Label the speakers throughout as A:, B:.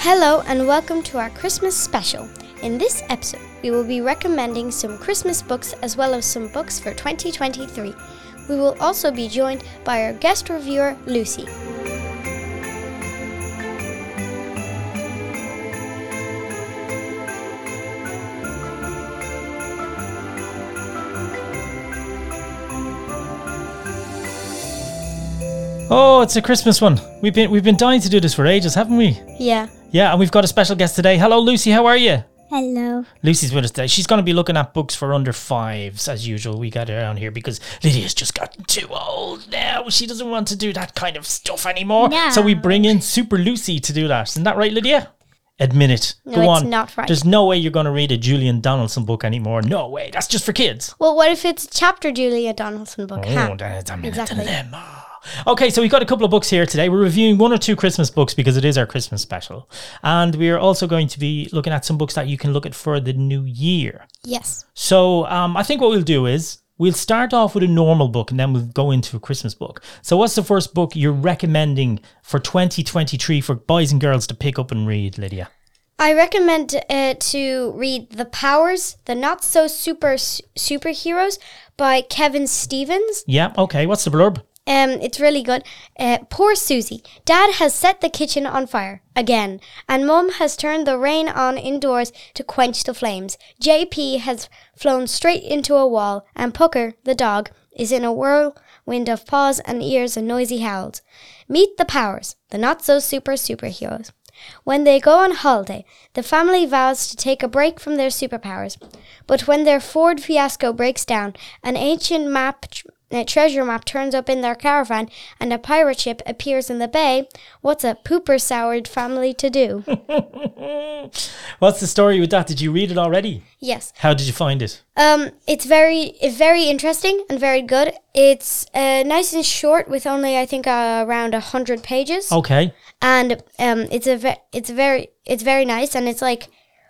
A: Hello, and welcome to our Christmas special. In this episode, we will be recommending some Christmas books as well as some books for 2023. We will also be joined by our guest reviewer, Lucy.
B: Oh, it's a Christmas one. We've been we've been dying to do this for ages, haven't we?
A: Yeah.
B: Yeah, and we've got a special guest today. Hello, Lucy. How are you?
A: Hello.
B: Lucy's with us today. She's going to be looking at books for under fives, as usual. We got her on here because Lydia's just gotten too old now. She doesn't want to do that kind of stuff anymore.
A: No.
B: So we bring in Super Lucy to do that. Isn't that right, Lydia? Admit it.
A: No,
B: Go
A: it's
B: on.
A: not right.
B: There's no way you're going to read a Julian Donaldson book anymore. No way. That's just for kids.
A: Well, what if it's a chapter Julia Donaldson book? huh?
B: Oh, that's a minute
A: Exactly.
B: dilemma. Okay, so we've got a couple of books here today. We're reviewing one or two Christmas books because it is our Christmas special. And we are also going to be looking at some books that you can look at for the new year.
A: Yes.
B: So um, I think what we'll do is we'll start off with a normal book and then we'll go into a Christmas book. So, what's the first book you're recommending for 2023 for boys and girls to pick up and read, Lydia?
A: I recommend uh, to read The Powers, The Not So Super Superheroes by Kevin Stevens.
B: Yeah, okay. What's the blurb?
A: Um, it's really good. Uh, poor Susie. Dad has set the kitchen on fire again, and Mum has turned the rain on indoors to quench the flames. JP has flown straight into a wall, and Pucker, the dog, is in a whirlwind of paws and ears and noisy howls. Meet the Powers, the not so super superheroes. When they go on holiday, the family vows to take a break from their superpowers. But when their Ford fiasco breaks down, an ancient map, a treasure map, turns up in their caravan, and a pirate ship appears in the bay, what's a pooper soured family to do?
B: What's the story with that? Did you read it already?
A: yes,
B: How did you find it?
A: um, it's very, it's very interesting and very good. It's uh, nice and short, with only I think uh, around a hundred pages.
B: Okay.
A: and um, it's a ve- it's very it's very nice, and it's like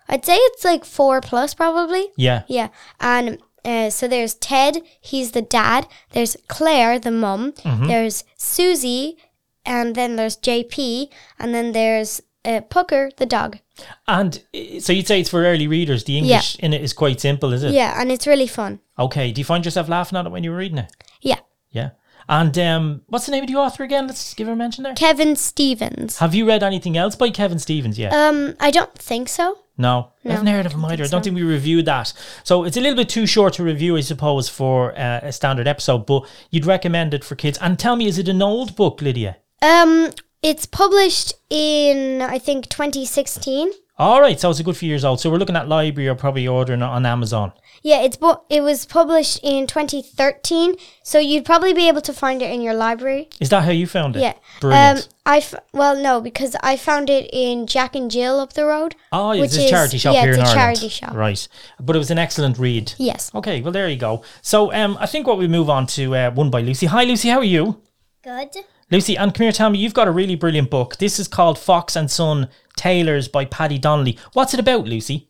A: I'd say it's like four plus probably.
B: Yeah.
A: Yeah, and uh, so there's Ted, he's the dad. There's Claire, the mum. There's Susie, and then there's JP, and then there's uh, Pucker, the dog.
B: And uh, so you'd say it's for early readers. The English in it is quite simple, is it?
A: Yeah, and it's really fun.
B: Okay. Do you find yourself laughing at it when you were reading it?
A: Yeah,
B: Yeah. And um, what's the name of the author again? Let's give her a mention there.
A: Kevin Stevens.
B: Have you read anything else by Kevin Stevens yet?
A: Um, I don't think so.
B: Uh, no. I haven't heard of him either. I don't think we reviewed that. So it's a little bit too short to review, I suppose, for uh, a standard episode, but you'd recommend it for kids. And tell me, is it an old book, Lydia?
A: Um, it's published in I think 2016.
B: All right. So it's a good few years old. So we're looking at library or probably ordering it on Amazon.
A: Yeah, it's bu- it was published in 2013, so you'd probably be able to find it in your library.
B: Is that how you found it?
A: Yeah.
B: Brilliant.
A: Um, I f- well, no, because I found it in Jack and Jill up the road.
B: Oh,
A: which
B: it's a charity
A: is-
B: shop
A: yeah,
B: here
A: it's
B: in
A: a
B: Ireland.
A: charity shop.
B: Right. But it was an excellent read.
A: Yes.
B: Okay, well, there you go. So um, I think what we move on to uh, one by Lucy. Hi, Lucy, how are you?
A: Good.
B: Lucy, and come here, tell me, you've got a really brilliant book. This is called Fox and Son Tailors by Paddy Donnelly. What's it about, Lucy?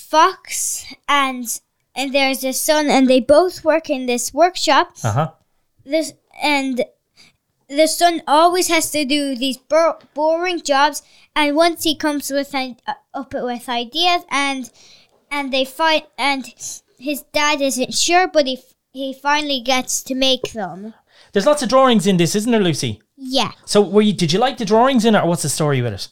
C: fox and and there's a son and they both work in this workshop
B: Uh huh.
C: this and the son always has to do these bor- boring jobs and once he comes with an, uh, up with ideas and and they find and his dad isn't sure but he f- he finally gets to make them
B: There's lots of drawings in this, isn't there, Lucy?
C: yeah
B: So, were you, did you like the drawings in it, or what's the story with it?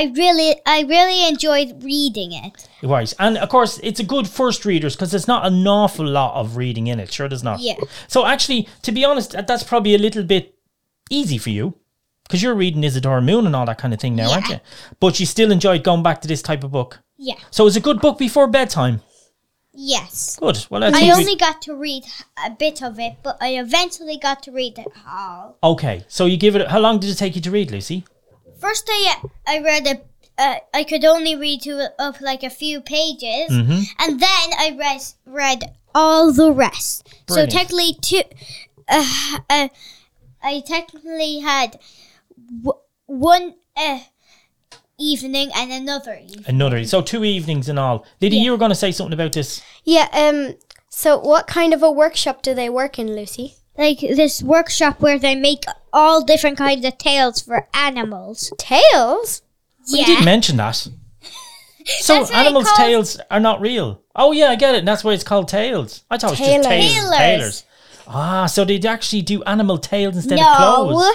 C: i really i really enjoyed reading it
B: Right, and of course, it's a good first readers because there's not an awful lot of reading in it. Sure, there's not.
C: Yeah.
B: So actually, to be honest, that- that's probably a little bit easy for you because you're reading Isadora Moon and all that kind of thing now, aren't you? But you still enjoyed going back to this type of book.
C: yeah
B: So it's a good book before bedtime.
C: yes
B: Good. Well, that's
C: I only got to read a bit of it, but I eventually got to read it all.
B: okay. So you give it. How long did it take you to read, Lucy?
C: First, I I read a. Uh, I could only read to of like a few pages,
B: Mm-hmm.
C: and then I read read all the rest.
B: Brilliant.
C: So technically, two. Uh, uh, I technically had w- one uh, evening and another evening.
B: Another. So two evenings and all. Lydia, you were going to say something about this.
A: Yeah. Um. So, what kind of a workshop do they work in, Lucy?
C: Like this workshop where they make all different kinds of tails for animals.
A: Tails.
B: You
C: yeah.
B: did mention that. So
C: That's what I
B: animals'
C: call-
B: tails are not real. Oh yeah, I get it. And that's why it's called tails. I thought it was just
A: Tailors.
B: tails.
C: Tailors.
B: Tailors. Ah, so they actually do animal tails instead of
C: no,
B: clothes.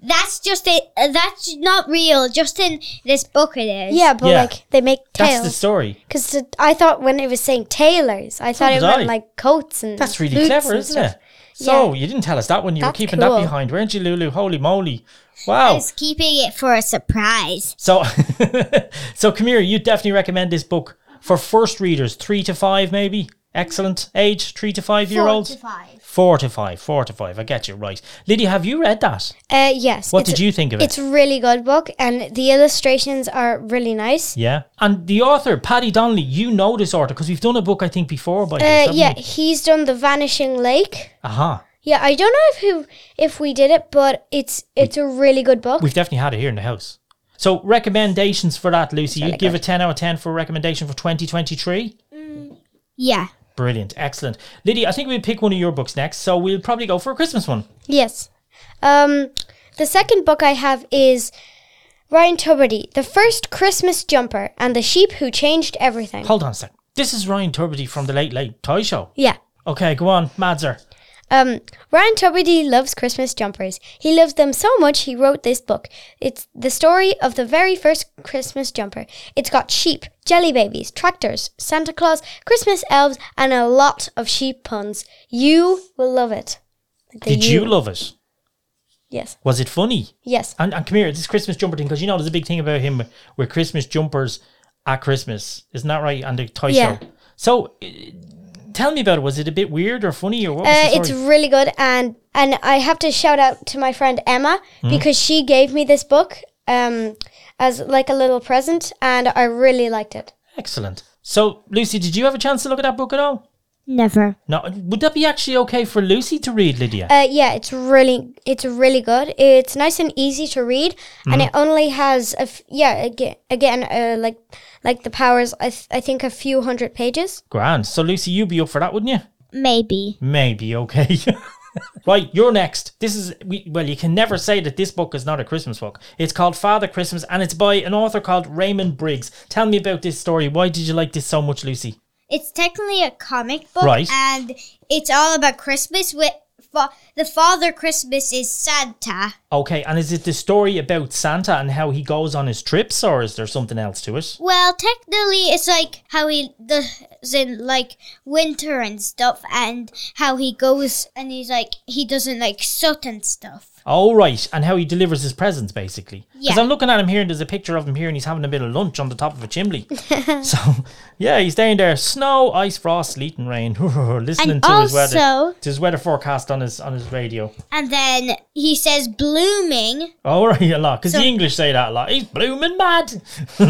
C: that's just a uh, that's not real. Just in this book, it is.
A: Yeah, but
B: Yeah.
A: like they make
B: That's the
A: tails.
B: story.
A: Because I thought when it was saying tailors, I thought
B: So
A: it
B: did
A: meant
B: I.
A: like coats and
B: That's really
A: boots
B: clever,
A: and
B: isn't
A: stuff.
B: it? So you didn't tell us that one. You
A: That's
B: were keeping
A: cool.
B: that behind, weren't you, Lulu? Holy moly! Wow.
C: I was keeping it for a surprise.
B: So, so come here. You definitely recommend this book for first readers, three to five, maybe. Excellent age, three to five year olds. Four to five, four to five. I get you right. Lydia, have you read that?
A: Uh, yes.
B: What
A: it's-
B: did you think of it?
A: It's a really good book, and the illustrations are really nice.
B: Yeah. And the author, Paddy Donnelly, you know this author because we've done a book, I think, before by
A: Uh,
B: this.
A: yeah, he's done the Vanishing Lake.
B: Aha.
A: Yeah, I don't know if who if we did it, but it's it's a really good book.
B: We've definitely had it here in the house. So, recommendations for that, Lucy.
A: really
B: You'd give
A: good.
B: a 10 out of 10 for a recommendation for 2023?
A: Mm,
C: Yeah.
B: Brilliant. Excellent. Lydia, I think we'll pick one of your books next. So, we'll probably go for a Christmas one.
A: Yes. Um, the second book I have is Ryan Tuberty, The First Christmas Jumper and the Sheep Who Changed Everything.
B: Hold on a sec. This is Ryan Turbity from the Late Late Toy Show.
A: Yeah.
B: Okay, go on, Madzer.
A: Um, Ryan Tuberty loves Christmas jumpers. He loves them so much he wrote this book. It's the story of the very first Christmas jumper. It's got sheep, jelly babies, tractors, Santa Claus, Christmas elves, and a lot of sheep puns. You will love it. The
B: Did you love it?
A: Yes.
B: Was it funny?
A: Yes.
B: And, and come here, this Christmas jumper thing, because you know there's a big thing about him with Christmas jumpers at Christmas. Isn't that right? And the toy
A: Yeah.
B: show. So uh, tell me about it. Was it a bit weird or funny or what was
A: Uh,
B: the
A: it's
B: story?
A: really good, and and I have to shout out to my friend Emma
B: Hmm?
A: because she gave me this book um, as like a little present, and I really liked it.
B: Excellent. So, Lucy, did you have a chance to look at that book at all?
C: Never.
B: No. Would that be actually okay for Lucy to read, Lydia?
A: Uh, yeah, it's really it's really good. It's nice and easy to read, and
B: Hmm?
A: it only has a f- yeah again, again uh, like like the powers. I th- I think a few hundred pages.
B: Grand. So, Lucy, you'd be up for that, wouldn't you?
C: Maybe.
B: Maybe okay. right, you're next. This is we, well, you can never say that this book is not a Christmas book. It's called Father Christmas, and it's by an author called Raymond Briggs. Tell me about this story. Why did you like this so much, Lucy?
C: It's technically a comic book,
B: Right.
C: and it's all about Christmas. With fa- the Father Christmas is Santa.
B: Okay, and is it the story about Santa and how he goes on his trips, or is there something else to it?
C: Well, technically, it's like how he doesn't like winter and stuff, and how he goes and he's like he doesn't like soot and stuff.
B: All right, and how he delivers his presents, basically. Because
C: Yeah.
B: I'm looking at him here, and there's a picture of him here, and he's having a bit of lunch on the top of a chimney. so, yeah, he's down there. Snow, ice, frost, sleet, and rain. Listening
C: And
B: to his weather.
C: also,
B: to his weather forecast on his on his radio.
C: and then he says blooming,
B: All right, a lot because
C: So-
B: the English say that a lot. He's blooming mad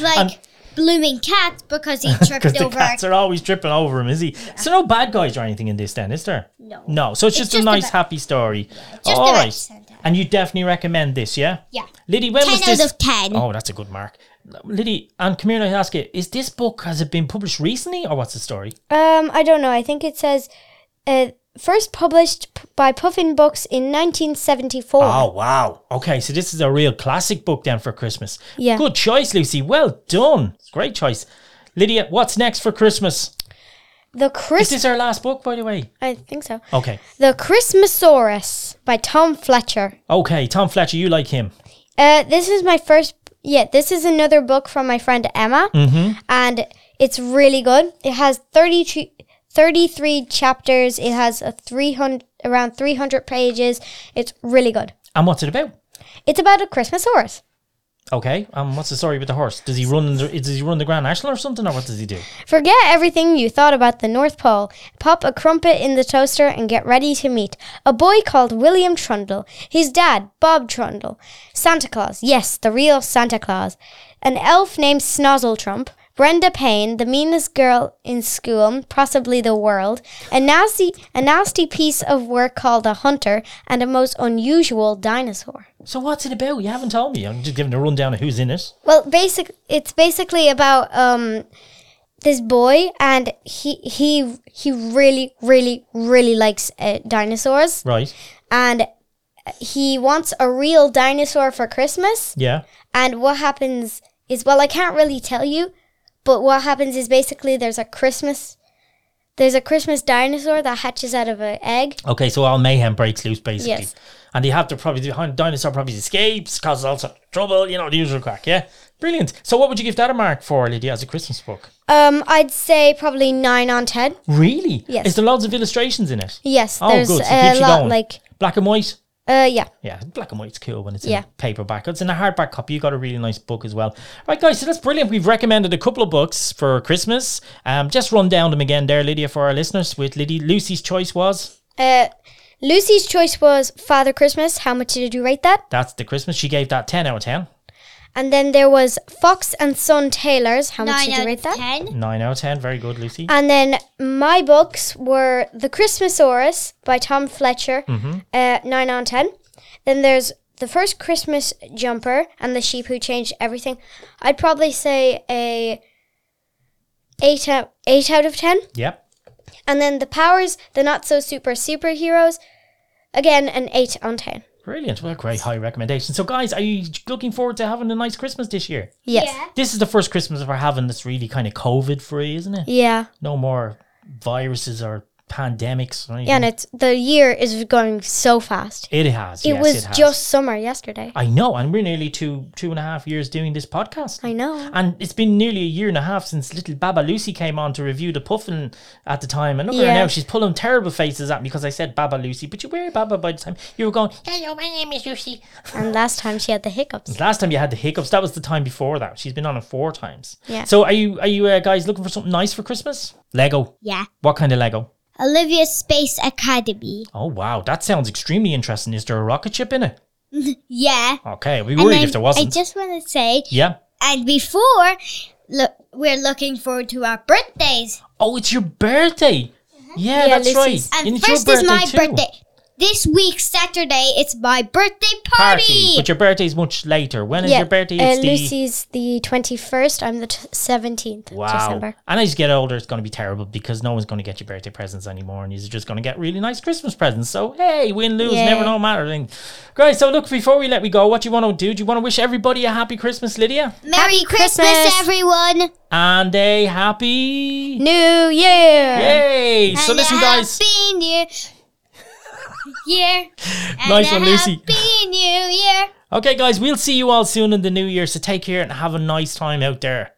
C: like blooming cats, because he
B: because
C: tripped
B: the
C: over.
B: cats are always tripping over him. Is he? So no bad guys or anything in this, then is there?
C: No.
B: No. So it's
C: It's
B: just,
C: just
B: a nice
C: about-
B: happy story.
C: just
B: All
C: about
B: right.
C: Santa.
B: And you definitely recommend this, yeah?
C: Yeah.
B: Liddy, when was
C: Ten
B: this?
C: out of ten.
B: Oh, that's a good mark. Liddy, and come here and I ask you: Is this book has it been published recently, or what's the story?
A: Um, I don't know. I think it says uh, first published p- by Puffin Books in 1974.
B: Oh wow! Okay, so this is a real classic book then for Christmas.
A: Yeah.
B: Good choice, Lucy. Well done. It's a great choice, Lydia. What's next for Christmas?
A: The
B: Is
A: Chris
B: this our last book, by the way?
A: I think so.
B: Okay.
A: The Christmasaurus by Tom Fletcher.
B: Okay, Tom Fletcher, you like him.
A: Uh, this is my first. Yeah, this is another book from my friend Emma, and it's really good. It has 33, 33 chapters. It has a three hundred around three hundred pages. It's really good.
B: And what's it about?
A: It's about a Christmasaurus.
B: Okay. Um, what's the story with the horse? Does he run? The, does he run the Grand National or something, or what does he do?
A: Forget everything you thought about the North Pole. Pop a crumpet in the toaster and get ready to meet a boy called William Trundle, his dad, Bob Trundle, Santa Claus, yes, the real Santa Claus, an elf named Snozzle Trump, Brenda Payne, the meanest girl in school, possibly the world, a nasty, a nasty piece of work called a hunter, and a most unusual dinosaur.
B: So what's it about? You haven't told me. I'm just giving a rundown of who's in it.
A: Well, basic, it's basically about um, this boy, and he he he really really really likes uh, dinosaurs,
B: Right.
A: and he wants a real dinosaur for Christmas,
B: Yeah.
A: And what happens is, well, I can't really tell you, but what happens is basically there's a Christmas, there's a Christmas dinosaur that hatches out of an egg.
B: Okay, so all mayhem breaks loose basically.
A: Yes.
B: And they have to probably the hin- dinosaur probably escapes, causes all sorts of trouble, you know, the usual crack, yeah. Brilliant. So what would you give that a mark for, Lydia, as a Christmas book?
A: Um, I'd say probably nine on ten.
B: Really?
A: Yes.
B: Is there loads of illustrations in it?
A: Yes,
B: Oh,
A: there's
B: good. So it
A: a
B: keeps you
A: lot
B: going.
A: like,
B: Black and white?
A: uh, yeah.
B: Yeah, black and white's cool when it's
A: Yeah.
B: in paperback. It's in a hardback copy. You got a really nice book as well. All right, guys, so that's brilliant. We've recommended a couple of books for Christmas. Um, just run down them again there, Lydia, for our listeners. With Lydia, Lucy's choice was
A: Uh, Lucy's choice was Father Christmas. How much did you rate that?
B: that's the Christmas. She gave that ten out of ten.
A: And then there was Fox and Son Taylors. How much
C: Nine
A: did
C: out
A: you rate
C: of
A: that?
C: ten.
B: Nine out of ten. Very good, Lucy.
A: And then my books were The Christmasaurus by Tom Fletcher, uh, 9 out of 10. Then there's The First Christmas Jumper and The Sheep Who Changed Everything. I'd probably say a 8 out, 8 out of 10.
B: yep.
A: And then The Powers, The Not So Super Superheroes, again, an 8 on 10.
B: Brilliant. Well, great high recommendation. So, guys, are you looking forward to having a nice Christmas this year?
A: Yes.
C: Yeah.
B: This is the first Christmas we're having that's really kind of COVID free, isn't it?
A: Yeah.
B: No more viruses or pandemics. Or
A: Yeah,
B: anything.
A: and it's, the year is going so fast.
B: it has.
A: It
B: yes,
A: was
B: it has.
A: just summer yesterday.
B: I know, and we're nearly two two and a half years doing this podcast.
A: I know.
B: And it's been nearly a year and a half since little Baba Lucy came on to review the puffin at the time. And look at her
A: Yeah.
B: now, she's pulling terrible faces at me because I said Baba Lucy, but you were Baba by the time you were going, Hello, my name is Lucy.
A: And last time she had the hiccups.
B: Last time you had the hiccups, that was the time before that. She's been on it four times.
A: Yeah.
B: So are you are you uh, guys looking for something nice for Christmas? Lego.
C: Yeah.
B: What kind of Lego?
C: Olivia Space Academy.
B: Oh wow, that sounds extremely interesting. Is there a rocket ship in it?
C: Yeah.
B: Okay, I'd be
C: And
B: worried
C: then
B: if there wasn't.
C: I just want to say,
B: yeah.
C: and before, look, we're looking forward to our birthdays.
B: Oh, it's your birthday. Yeah,
A: Yeah,
B: that's
A: Lucy's.
B: right.
C: Uh-huh. And
B: it's your
C: first is my
B: too.
C: birthday. This week, Saturday, it's my birthday
B: Party.
C: party.
B: But your birthday's much later. When is your birthday?
A: uh,
B: It's the
A: Lucy's the 21st. I'm the t- 17th
B: Wow.
A: December.
B: And as you get older, it's going to be terrible because no one's going to get you birthday presents anymore and you're just going to get really nice Christmas presents. So, hey, win, lose,
A: Yeah.
B: never know, matter. thing. Great. So, look, before we let we go, what do you want to do? Do you want to wish everybody a happy Christmas, Lydia?
C: Merry
A: Happy
C: Christmas,
A: Christmas.
C: everyone.
B: And a happy.
A: New Year!
B: Yay. so,
C: And a
B: listen, guys.
C: Happy New Year. And
B: Nice
C: a
B: one, Lucy.
C: Happy New Year.
B: Okay, guys, we'll see you all soon in the new year. So, take care and have a nice time out there.